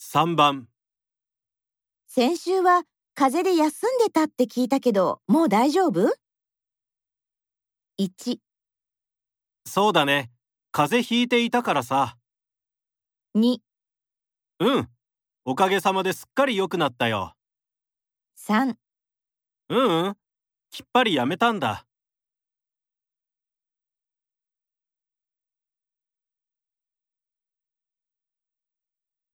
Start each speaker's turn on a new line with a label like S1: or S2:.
S1: 3番
S2: 先週は風邪で休んでたって聞いたけど、もう大丈夫 ?1、
S1: そうだね風邪ひいていたからさ
S2: 2、
S1: うんおかげさまですっかり良くなったよ
S2: 3
S1: うんうんきっぱりやめたんだ